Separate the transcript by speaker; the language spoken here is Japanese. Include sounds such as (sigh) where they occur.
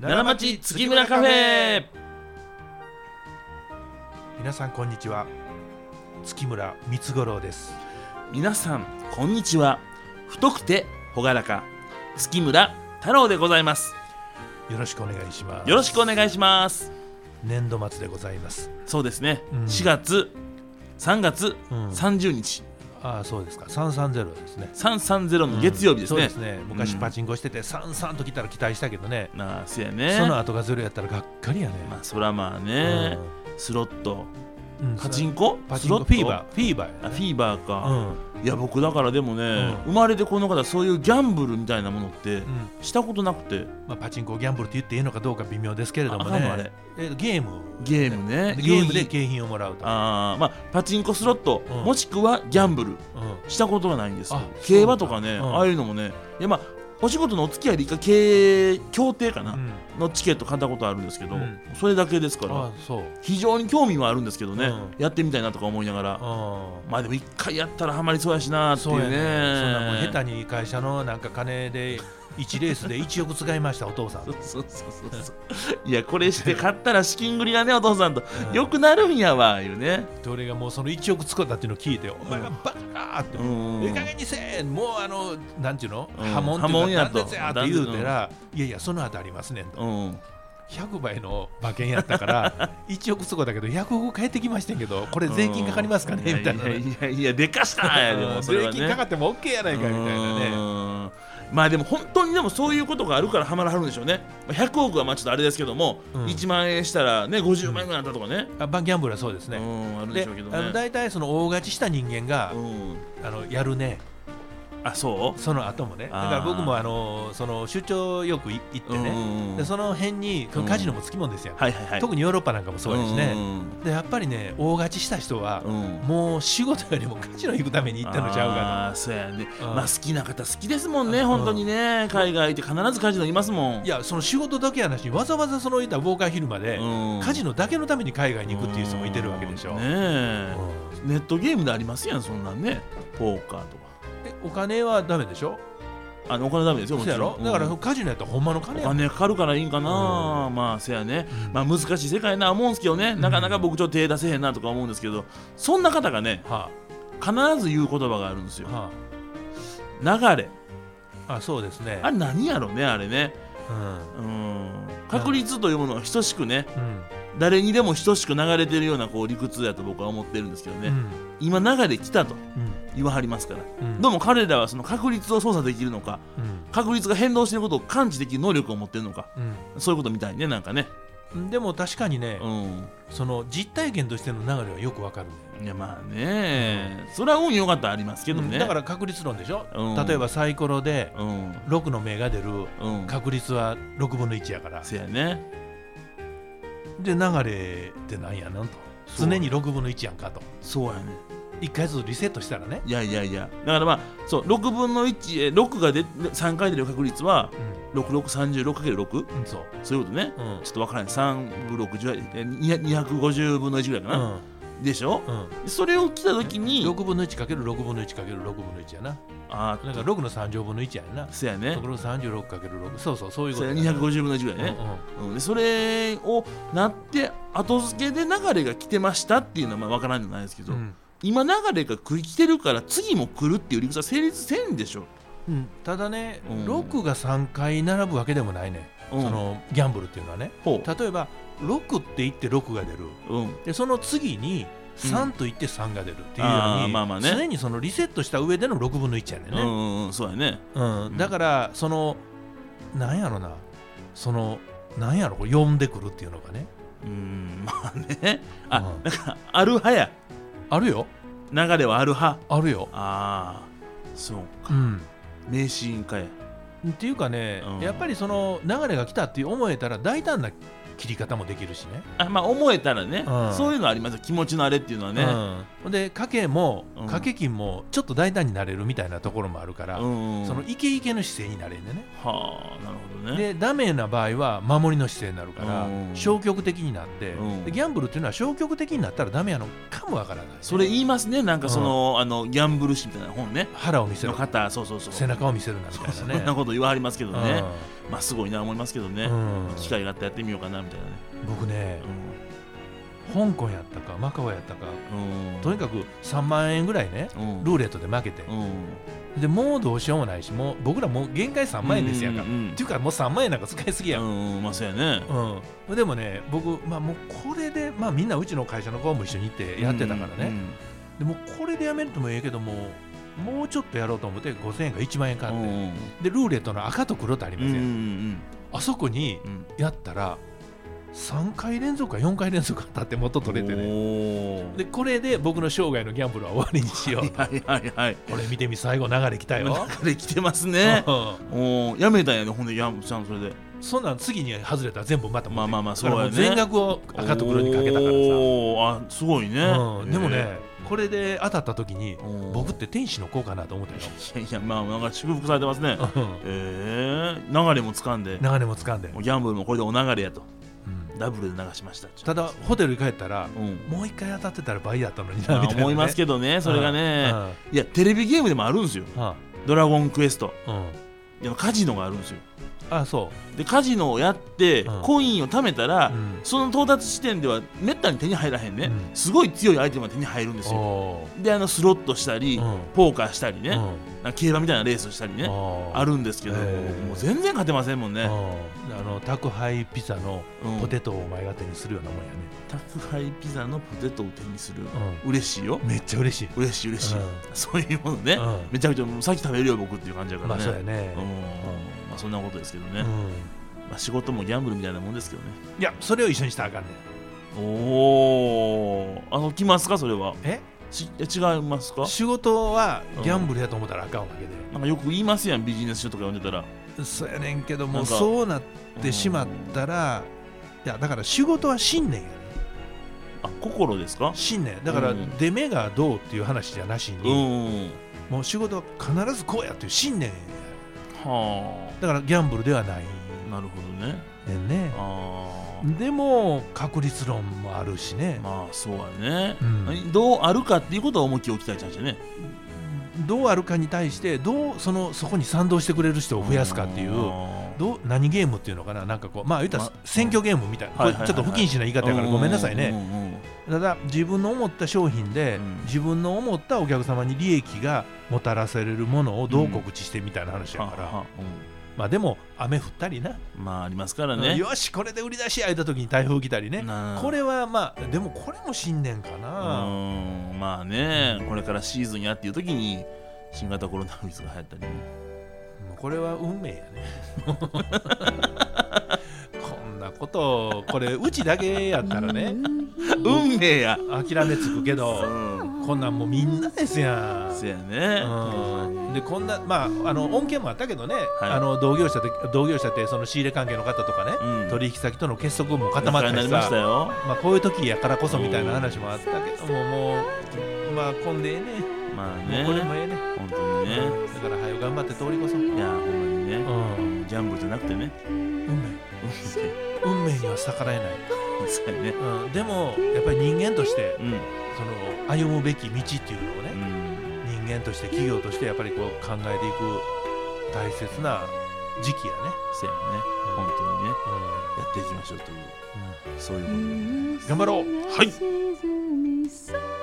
Speaker 1: 奈良町月村カフェ
Speaker 2: 皆さんこんにちは月村光五郎です
Speaker 1: 皆さんこんにちは太くて朗らか月村太郎でございます
Speaker 2: よろしくお願いします
Speaker 1: よろしくお願いします
Speaker 2: 年度末でございます
Speaker 1: そうですね、
Speaker 2: うん
Speaker 1: 4月3月
Speaker 2: うん
Speaker 1: 30日、
Speaker 2: ああそうですか330ですね
Speaker 1: 330の月曜日ですね、
Speaker 2: うんそうですね昔パチンコしてて33と来たら期待したけどね
Speaker 1: なあせやね
Speaker 2: その後がゼロやったらがっかりやね
Speaker 1: まあそらまあね、スロット
Speaker 2: うんうん
Speaker 1: パチンコ
Speaker 2: パチ
Speaker 1: ス
Speaker 2: ン
Speaker 1: ロ
Speaker 2: コ
Speaker 1: ッ
Speaker 2: フ
Speaker 1: ト
Speaker 2: ィーバーフィーバー
Speaker 1: あ
Speaker 2: や
Speaker 1: フ
Speaker 2: ね
Speaker 1: ィーバー
Speaker 2: う
Speaker 1: か、
Speaker 2: ん
Speaker 1: いや僕だからでもね、
Speaker 2: う
Speaker 1: 生まれてこの方そういうギャンブルみたいなものって
Speaker 2: うん
Speaker 1: したことなくて、
Speaker 2: まあパチンコギャンブルって言っていいのかどうか微妙ですけれども
Speaker 1: ああかんのあれ
Speaker 2: ねえゲーム
Speaker 1: ゲームね
Speaker 2: ゲームで景品をもらうと
Speaker 1: あーまあパチンコスロット、
Speaker 2: うん
Speaker 1: もしくはギャンブル
Speaker 2: うん
Speaker 1: したことはないんですよ
Speaker 2: あ
Speaker 1: 競馬とか
Speaker 2: そうなん
Speaker 1: ね、
Speaker 2: だうん
Speaker 1: ああいうのもねいやまあお仕事のお付き合いで一回経営協定かな、
Speaker 2: うん
Speaker 1: のチケット買ったことあるんですけど、
Speaker 2: うん
Speaker 1: それだけですから
Speaker 2: あそう
Speaker 1: 非常に興味はあるんですけどね、
Speaker 2: うん
Speaker 1: やってみたいなとか思いながら、
Speaker 2: うん
Speaker 1: まあでも一回やったらハマりそうやしなってい
Speaker 2: そう
Speaker 1: う
Speaker 2: や
Speaker 1: ね
Speaker 2: ねそんなもう下手に会社のなんか金で1レースで1億使いましたお父さん (laughs)
Speaker 1: (laughs) そうそうそうそうそういやこれして買ったら資金繰りがねお父さんと
Speaker 2: うん
Speaker 1: よくなるんやわいうね
Speaker 2: 俺がもうその1億使ったっていうのを聞いて、お前はバカーって、
Speaker 1: うん
Speaker 2: ええ加減にせえもうあのなんていうの、
Speaker 1: うん
Speaker 2: 波紋って
Speaker 1: 波紋
Speaker 2: いうか
Speaker 1: やと
Speaker 2: 断絶やって言うたら、いやいやその後ありますねんと
Speaker 1: うん
Speaker 2: 100倍の馬券やったから (laughs) 1億そこだけど100億返ってきましたけどこれ (laughs) 税金かかりますかね
Speaker 1: うん
Speaker 2: みたいなね
Speaker 1: やいやいやでかしたんやで
Speaker 2: う
Speaker 1: も
Speaker 2: ん
Speaker 1: それ
Speaker 2: 税
Speaker 1: はね
Speaker 2: 金かかっても OK やないかみたいなね
Speaker 1: ねまあでも本当にでもそういうことがあるからハマらはるんでしょうねまあ100億はまあちょっとあれですけども、
Speaker 2: うん
Speaker 1: 1万円したらね50万円ぐらいあったとかね、
Speaker 2: あバンギャンブルはそうです
Speaker 1: う
Speaker 2: ね、
Speaker 1: んあるで
Speaker 2: で
Speaker 1: しょうけど
Speaker 2: あの
Speaker 1: ね
Speaker 2: 大体その大勝ちした人間が
Speaker 1: あ,、う、ん、
Speaker 2: あのやるね
Speaker 1: あそう
Speaker 2: その後もねだ
Speaker 1: あー
Speaker 2: から僕もあのその出張よくい行ってね、
Speaker 1: うん
Speaker 2: でその辺に
Speaker 1: うん
Speaker 2: カジノもつきもんですよ、
Speaker 1: はいはいはい
Speaker 2: 特にヨーロッパなんかもそうですね、でやっぱりね大勝ちした人は
Speaker 1: う、んうん
Speaker 2: もう仕事よりもカジノ行くために行ったのちゃうか
Speaker 1: あーそうやね、
Speaker 2: うん
Speaker 1: まあ好きな方好きですもんね、
Speaker 2: うん
Speaker 1: 本当にね海外って必ずカジノいますもん
Speaker 2: な。いやその仕事だけやなしにわざわざそのいたウォーカー昼まで、
Speaker 1: うん
Speaker 2: カジノだけのために海外に行くっていう人もいてるわけでしょ、
Speaker 1: ね
Speaker 2: う
Speaker 1: え
Speaker 2: ん
Speaker 1: ネットゲームでありますやんそんなんねポーカーとか
Speaker 2: えお金はダメでしょ
Speaker 1: あのお金ダメですよ
Speaker 2: そ
Speaker 1: も
Speaker 2: う
Speaker 1: ち
Speaker 2: や
Speaker 1: ろ
Speaker 2: ろ
Speaker 1: ん
Speaker 2: だから
Speaker 1: うん
Speaker 2: そのカジノやったらほんまの金
Speaker 1: お
Speaker 2: やもん
Speaker 1: 金かかるからいいんかな、まあせやね、
Speaker 2: うん
Speaker 1: まあ難しい世界やな思うんですけどねなかなか僕ちょっと手出せへんなとか思うんですけどそんな方がね
Speaker 2: は
Speaker 1: 必ず言う言葉があるんです
Speaker 2: あ
Speaker 1: よ
Speaker 2: は
Speaker 1: 流れ
Speaker 2: あ、あそうですね
Speaker 1: あれ何やろねあれね
Speaker 2: うん
Speaker 1: うん確率というものは等しくね
Speaker 2: うん
Speaker 1: 誰にでも等しく流れてるようなこう理屈だと僕は思ってるんですけどね、
Speaker 2: うん
Speaker 1: 今流れ来たと
Speaker 2: うん
Speaker 1: 言わはりますから、
Speaker 2: うん
Speaker 1: どうも彼らはその確率を操作できるのか
Speaker 2: うん
Speaker 1: 確率が変動していることを感知できる能力を持ってるのか
Speaker 2: うん
Speaker 1: そういうことみたいねなんかね
Speaker 2: でも確かにね、
Speaker 1: うん
Speaker 2: その実体験としての流れはよくわかるね
Speaker 1: いやまあね、それは運良かったらありますけどね、
Speaker 2: うんだから確率論でしょ、
Speaker 1: うん
Speaker 2: 例えばサイコロで
Speaker 1: らうん
Speaker 2: 6の目が出る
Speaker 1: うん
Speaker 2: 確率は6分の1やから
Speaker 1: せやね
Speaker 2: で流れってなんやなんと
Speaker 1: そう
Speaker 2: 常に6分の1やんかと
Speaker 1: そうやね
Speaker 2: 1回ずつリセットしたらね、
Speaker 1: いやいやいやだからまあそう6分の1え6がで3回出る確率は6636×6
Speaker 2: うん、うんそう、
Speaker 1: そういうことね
Speaker 2: うん
Speaker 1: ちょっとわからない3分60え200 250分の1ぐらいか
Speaker 2: う
Speaker 1: な、
Speaker 2: ん
Speaker 1: でしょ
Speaker 2: うん、
Speaker 1: それを来た時に
Speaker 2: 6分の1かける6分の1かける6分の1やな
Speaker 1: あ
Speaker 2: だから6の3乗分の1やな
Speaker 1: あせやね
Speaker 2: ところ36かける6そうそうそういうこ
Speaker 1: そ
Speaker 2: と
Speaker 1: れ
Speaker 2: や
Speaker 1: 250分の1ぐらいね、うんでそれをなって後付けで流れが来てましたっていうのはまあ分からんじゃないですけ
Speaker 2: う
Speaker 1: ど、
Speaker 2: んうん
Speaker 1: 今流れが来てるから次も来るっていう理屈は成立せんでしょ、
Speaker 2: うん、ただね、
Speaker 1: うん
Speaker 2: 6が3回並ぶわけでもないね、
Speaker 1: うん、
Speaker 2: そのギャンブルっていうのはね
Speaker 1: ほ
Speaker 2: 例えば6って言って6が出る
Speaker 1: う、うん、
Speaker 2: でその次に
Speaker 1: うん
Speaker 2: 3と言って3が出るっていうよう
Speaker 1: あ
Speaker 2: に、
Speaker 1: ーまあまあね
Speaker 2: 常にそのリセットした上での6分の1やねん
Speaker 1: うん
Speaker 2: ね、
Speaker 1: うんうんそうやね
Speaker 2: うん
Speaker 1: うん
Speaker 2: だからそのなんやろなそのなんやろこれ呼んでくるっていうのがね
Speaker 1: うん (laughs) まあねあ、
Speaker 2: うん
Speaker 1: なんかある派や
Speaker 2: あるよ
Speaker 1: 流れはある派
Speaker 2: あるよ、
Speaker 1: ああそう
Speaker 2: う
Speaker 1: か
Speaker 2: ん、
Speaker 1: 迷信かや
Speaker 2: っていうかね、
Speaker 1: うん
Speaker 2: やっぱりその流れが来たって思えたら大胆な切り方もできるしね
Speaker 1: あまあ思えたらね、
Speaker 2: うん
Speaker 1: そういうのありますよ気持ちのあれっていうのはね、
Speaker 2: うん、で家計も
Speaker 1: うん
Speaker 2: 掛け金もちょっと大胆になれるみたいなところもあるから、
Speaker 1: うん
Speaker 2: そのイケイケの姿勢になれんでね、
Speaker 1: はあなるほどね
Speaker 2: でダメな場合は守りの姿勢になるから、
Speaker 1: うん
Speaker 2: 消極的になって、
Speaker 1: うん
Speaker 2: でギャンブルっていうのは消極的になったらダメやのかもわからない、
Speaker 1: それ言いますねなんかその,、あのギャンブル師みたいな本ね
Speaker 2: 腹を見せ
Speaker 1: の
Speaker 2: る
Speaker 1: 方そうそうそう (laughs)
Speaker 2: 背中を見せるなみたいなね
Speaker 1: そんなこと言わはりますけどね、まあすごいな思いますけどね、
Speaker 2: うん
Speaker 1: 機会があったらやってみようかなみたいなね、
Speaker 2: 僕ね香港やったかマカオやったか
Speaker 1: うんうん、
Speaker 2: とにかく3万円ぐらいね
Speaker 1: うん
Speaker 2: ルーレットで負けてでもうどうしようもないしもう僕らもう限界3万円ですやんかっ
Speaker 1: うんうん
Speaker 2: ていうかもう3万円なんか使いすぎやん
Speaker 1: うんうんまあそうやね
Speaker 2: うん、でもね僕、まあ、もうこれで、まあ、みんなうちの会社の子も一緒に行ってやってたからね、でもうこれでやめるともええけどももうちょっとやろうと思って5000円か1万円
Speaker 1: う
Speaker 2: 買
Speaker 1: ん
Speaker 2: っ
Speaker 1: うん
Speaker 2: て、でルーレットの赤と黒ってあり
Speaker 1: うんう
Speaker 2: ま
Speaker 1: ん
Speaker 2: す
Speaker 1: うん
Speaker 2: よ、あそこに
Speaker 1: うん
Speaker 2: やったら3回連続か4回連続当たって元取れてね
Speaker 1: おー
Speaker 2: でこれで僕の生涯のギャンブルは終わりにし
Speaker 1: (laughs)
Speaker 2: よう
Speaker 1: はいはいはい
Speaker 2: これ見てみ最後流れきたよ、
Speaker 1: 中で来てます (laughs) ね
Speaker 2: う
Speaker 1: おーやめたんやねほんでやんちゃんそれで
Speaker 2: んそんなん次に外れたら全部また持って
Speaker 1: まあまあまあそう
Speaker 2: だ
Speaker 1: や
Speaker 2: からも
Speaker 1: ね
Speaker 2: う全額を赤と黒にかけたからさ
Speaker 1: おーあすごいね、
Speaker 2: うん、でも
Speaker 1: へ
Speaker 2: ね、これで当たった時に
Speaker 1: ー、おー
Speaker 2: 僕って天使の子かなと思ったよ。
Speaker 1: いやいやまあなんか祝福されてますね
Speaker 2: うん
Speaker 1: ええ流れも掴んで
Speaker 2: 流れも掴んで、
Speaker 1: もうギャンブルもこれでお流れやと
Speaker 2: うん
Speaker 1: ダブルで流しました
Speaker 2: ただ、ホテルに帰ったら、
Speaker 1: うん
Speaker 2: もう一回当たってたら倍だったのにな、みたい
Speaker 1: まあ
Speaker 2: なね、
Speaker 1: 思いますけどねそれがね
Speaker 2: うん
Speaker 1: いやテレビゲームでもあるんですよ
Speaker 2: うん
Speaker 1: 「ドラゴンクエスト
Speaker 2: うん」
Speaker 1: いやカジノがあるんですよ
Speaker 2: あ、そ
Speaker 1: でカジノをやって
Speaker 2: うん
Speaker 1: コインを貯めたら、
Speaker 2: う。うん
Speaker 1: その到達地点ではめったに手に入らへんね、
Speaker 2: うん
Speaker 1: すごい強いアイテムが手に入るんですよ
Speaker 2: お
Speaker 1: であのスロットしたり、
Speaker 2: ーうん
Speaker 1: ポーカーしたりね、
Speaker 2: うん
Speaker 1: なんか競馬みたいなレースをしたりね、
Speaker 2: あー
Speaker 1: あるんですけど、
Speaker 2: へー
Speaker 1: もう全然勝てませんもん
Speaker 2: う
Speaker 1: ね、
Speaker 2: んあの宅配ピザの
Speaker 1: うん
Speaker 2: ポテトをお前が手にするようなもんやね、
Speaker 1: 宅配ピザのポテトを手にする、
Speaker 2: う
Speaker 1: 嬉しいよ
Speaker 2: めっちゃ嬉しい、
Speaker 1: 嬉しい嬉しい、
Speaker 2: うん
Speaker 1: そういうものね、
Speaker 2: うん
Speaker 1: めちゃくちゃもうさっき食べるよ僕っていう感じだか
Speaker 2: ま
Speaker 1: ら
Speaker 2: あ
Speaker 1: ね、
Speaker 2: そうやね
Speaker 1: うん、まあ、そんなことですけどね、
Speaker 2: うん
Speaker 1: まあ、仕事もギャンブルみたいなもんですけどね
Speaker 2: いやそれを一緒にしたらあかんねん
Speaker 1: おおあの来ますかそれは
Speaker 2: え
Speaker 1: しえ違いますか
Speaker 2: 仕事はギャンブルやと思ったらあかんわけで、
Speaker 1: なんかよく言いますやんビジネス書とか読んでたら
Speaker 2: そうやねんけど
Speaker 1: な
Speaker 2: も
Speaker 1: んか
Speaker 2: そうなってしまったらいやだから仕事は信念やね
Speaker 1: あ心ですか
Speaker 2: 信念だから
Speaker 1: うん
Speaker 2: 出目がどうっていう話じゃなし
Speaker 1: う
Speaker 2: に、
Speaker 1: ん
Speaker 2: もう仕事は必ずこうやっていう信念やね
Speaker 1: は
Speaker 2: だからギャンブルではない
Speaker 1: あなるほどね
Speaker 2: ねんね
Speaker 1: あ
Speaker 2: でも確率論もあるしね
Speaker 1: あ、まあそうやね、
Speaker 2: うん
Speaker 1: どうあるかっていうことを重きを置きたいちゃんじゃね
Speaker 2: どうあるかに対してどうそのそこに賛同してくれる人を増やすかっていう
Speaker 1: あー
Speaker 2: どう何ゲームっていうのかななんかこうまあ言ったら
Speaker 1: ま
Speaker 2: 選挙ゲームみたいな、
Speaker 1: はいはいはいはい
Speaker 2: これちょっと不謹慎な言い方やからごめんなさいね、
Speaker 1: うんうんうん
Speaker 2: ただ自分の思った商品で、
Speaker 1: うん
Speaker 2: 自分の思ったお客様に利益がもたらされるものをどう告知してみたいな話やから、
Speaker 1: はは
Speaker 2: まあでも雨降ったりな、
Speaker 1: うんまあありますからね
Speaker 2: よしこれで売り出し開いた時に台風来たりね
Speaker 1: なあ
Speaker 2: これはまあでもこれも信念か
Speaker 1: う
Speaker 2: な、
Speaker 1: ーんまあねこれからシーズンやっていう時に新型コロナウイルスが流行ったりね
Speaker 2: これは運命やねこんなことこれうちだけやったらね
Speaker 1: 運命や
Speaker 2: 諦めつくけ
Speaker 1: う
Speaker 2: ど
Speaker 1: ん
Speaker 2: こんなんもうみんなですやん
Speaker 1: せやね
Speaker 2: うんでこんなまああの恩恵もあったけどね、
Speaker 1: はい
Speaker 2: あの同業者で同業者ってその仕入れ関係の方とかね、
Speaker 1: うん
Speaker 2: 取引先との結束も固
Speaker 1: 固
Speaker 2: ま
Speaker 1: まっ
Speaker 2: った
Speaker 1: な
Speaker 2: り
Speaker 1: りました
Speaker 2: さ
Speaker 1: よ
Speaker 2: まあこういう時やからこそみたいな話もあったけどももうまあ混んでえ
Speaker 1: まあ
Speaker 2: えね
Speaker 1: ね
Speaker 2: もうこれもええね
Speaker 1: 本当にね
Speaker 2: だから早よ頑張って通りこそ、うん
Speaker 1: いやほんまにね
Speaker 2: 運
Speaker 1: ギャンブルじゃなくてね
Speaker 2: 命
Speaker 1: (laughs) 運
Speaker 2: 運命には逆らえない、
Speaker 1: 命そうやね
Speaker 2: うん、でもやっぱり人間として
Speaker 1: うん
Speaker 2: その歩むべき道っていうのをね、
Speaker 1: うん
Speaker 2: 人間として企業としてやっぱりこう考えていく大切な時期やね、
Speaker 1: せやね本当にね
Speaker 2: うん
Speaker 1: やっていきましょうというそういうことで
Speaker 2: 頑
Speaker 3: 頑
Speaker 2: 張ろう
Speaker 1: はい
Speaker 3: 張ろう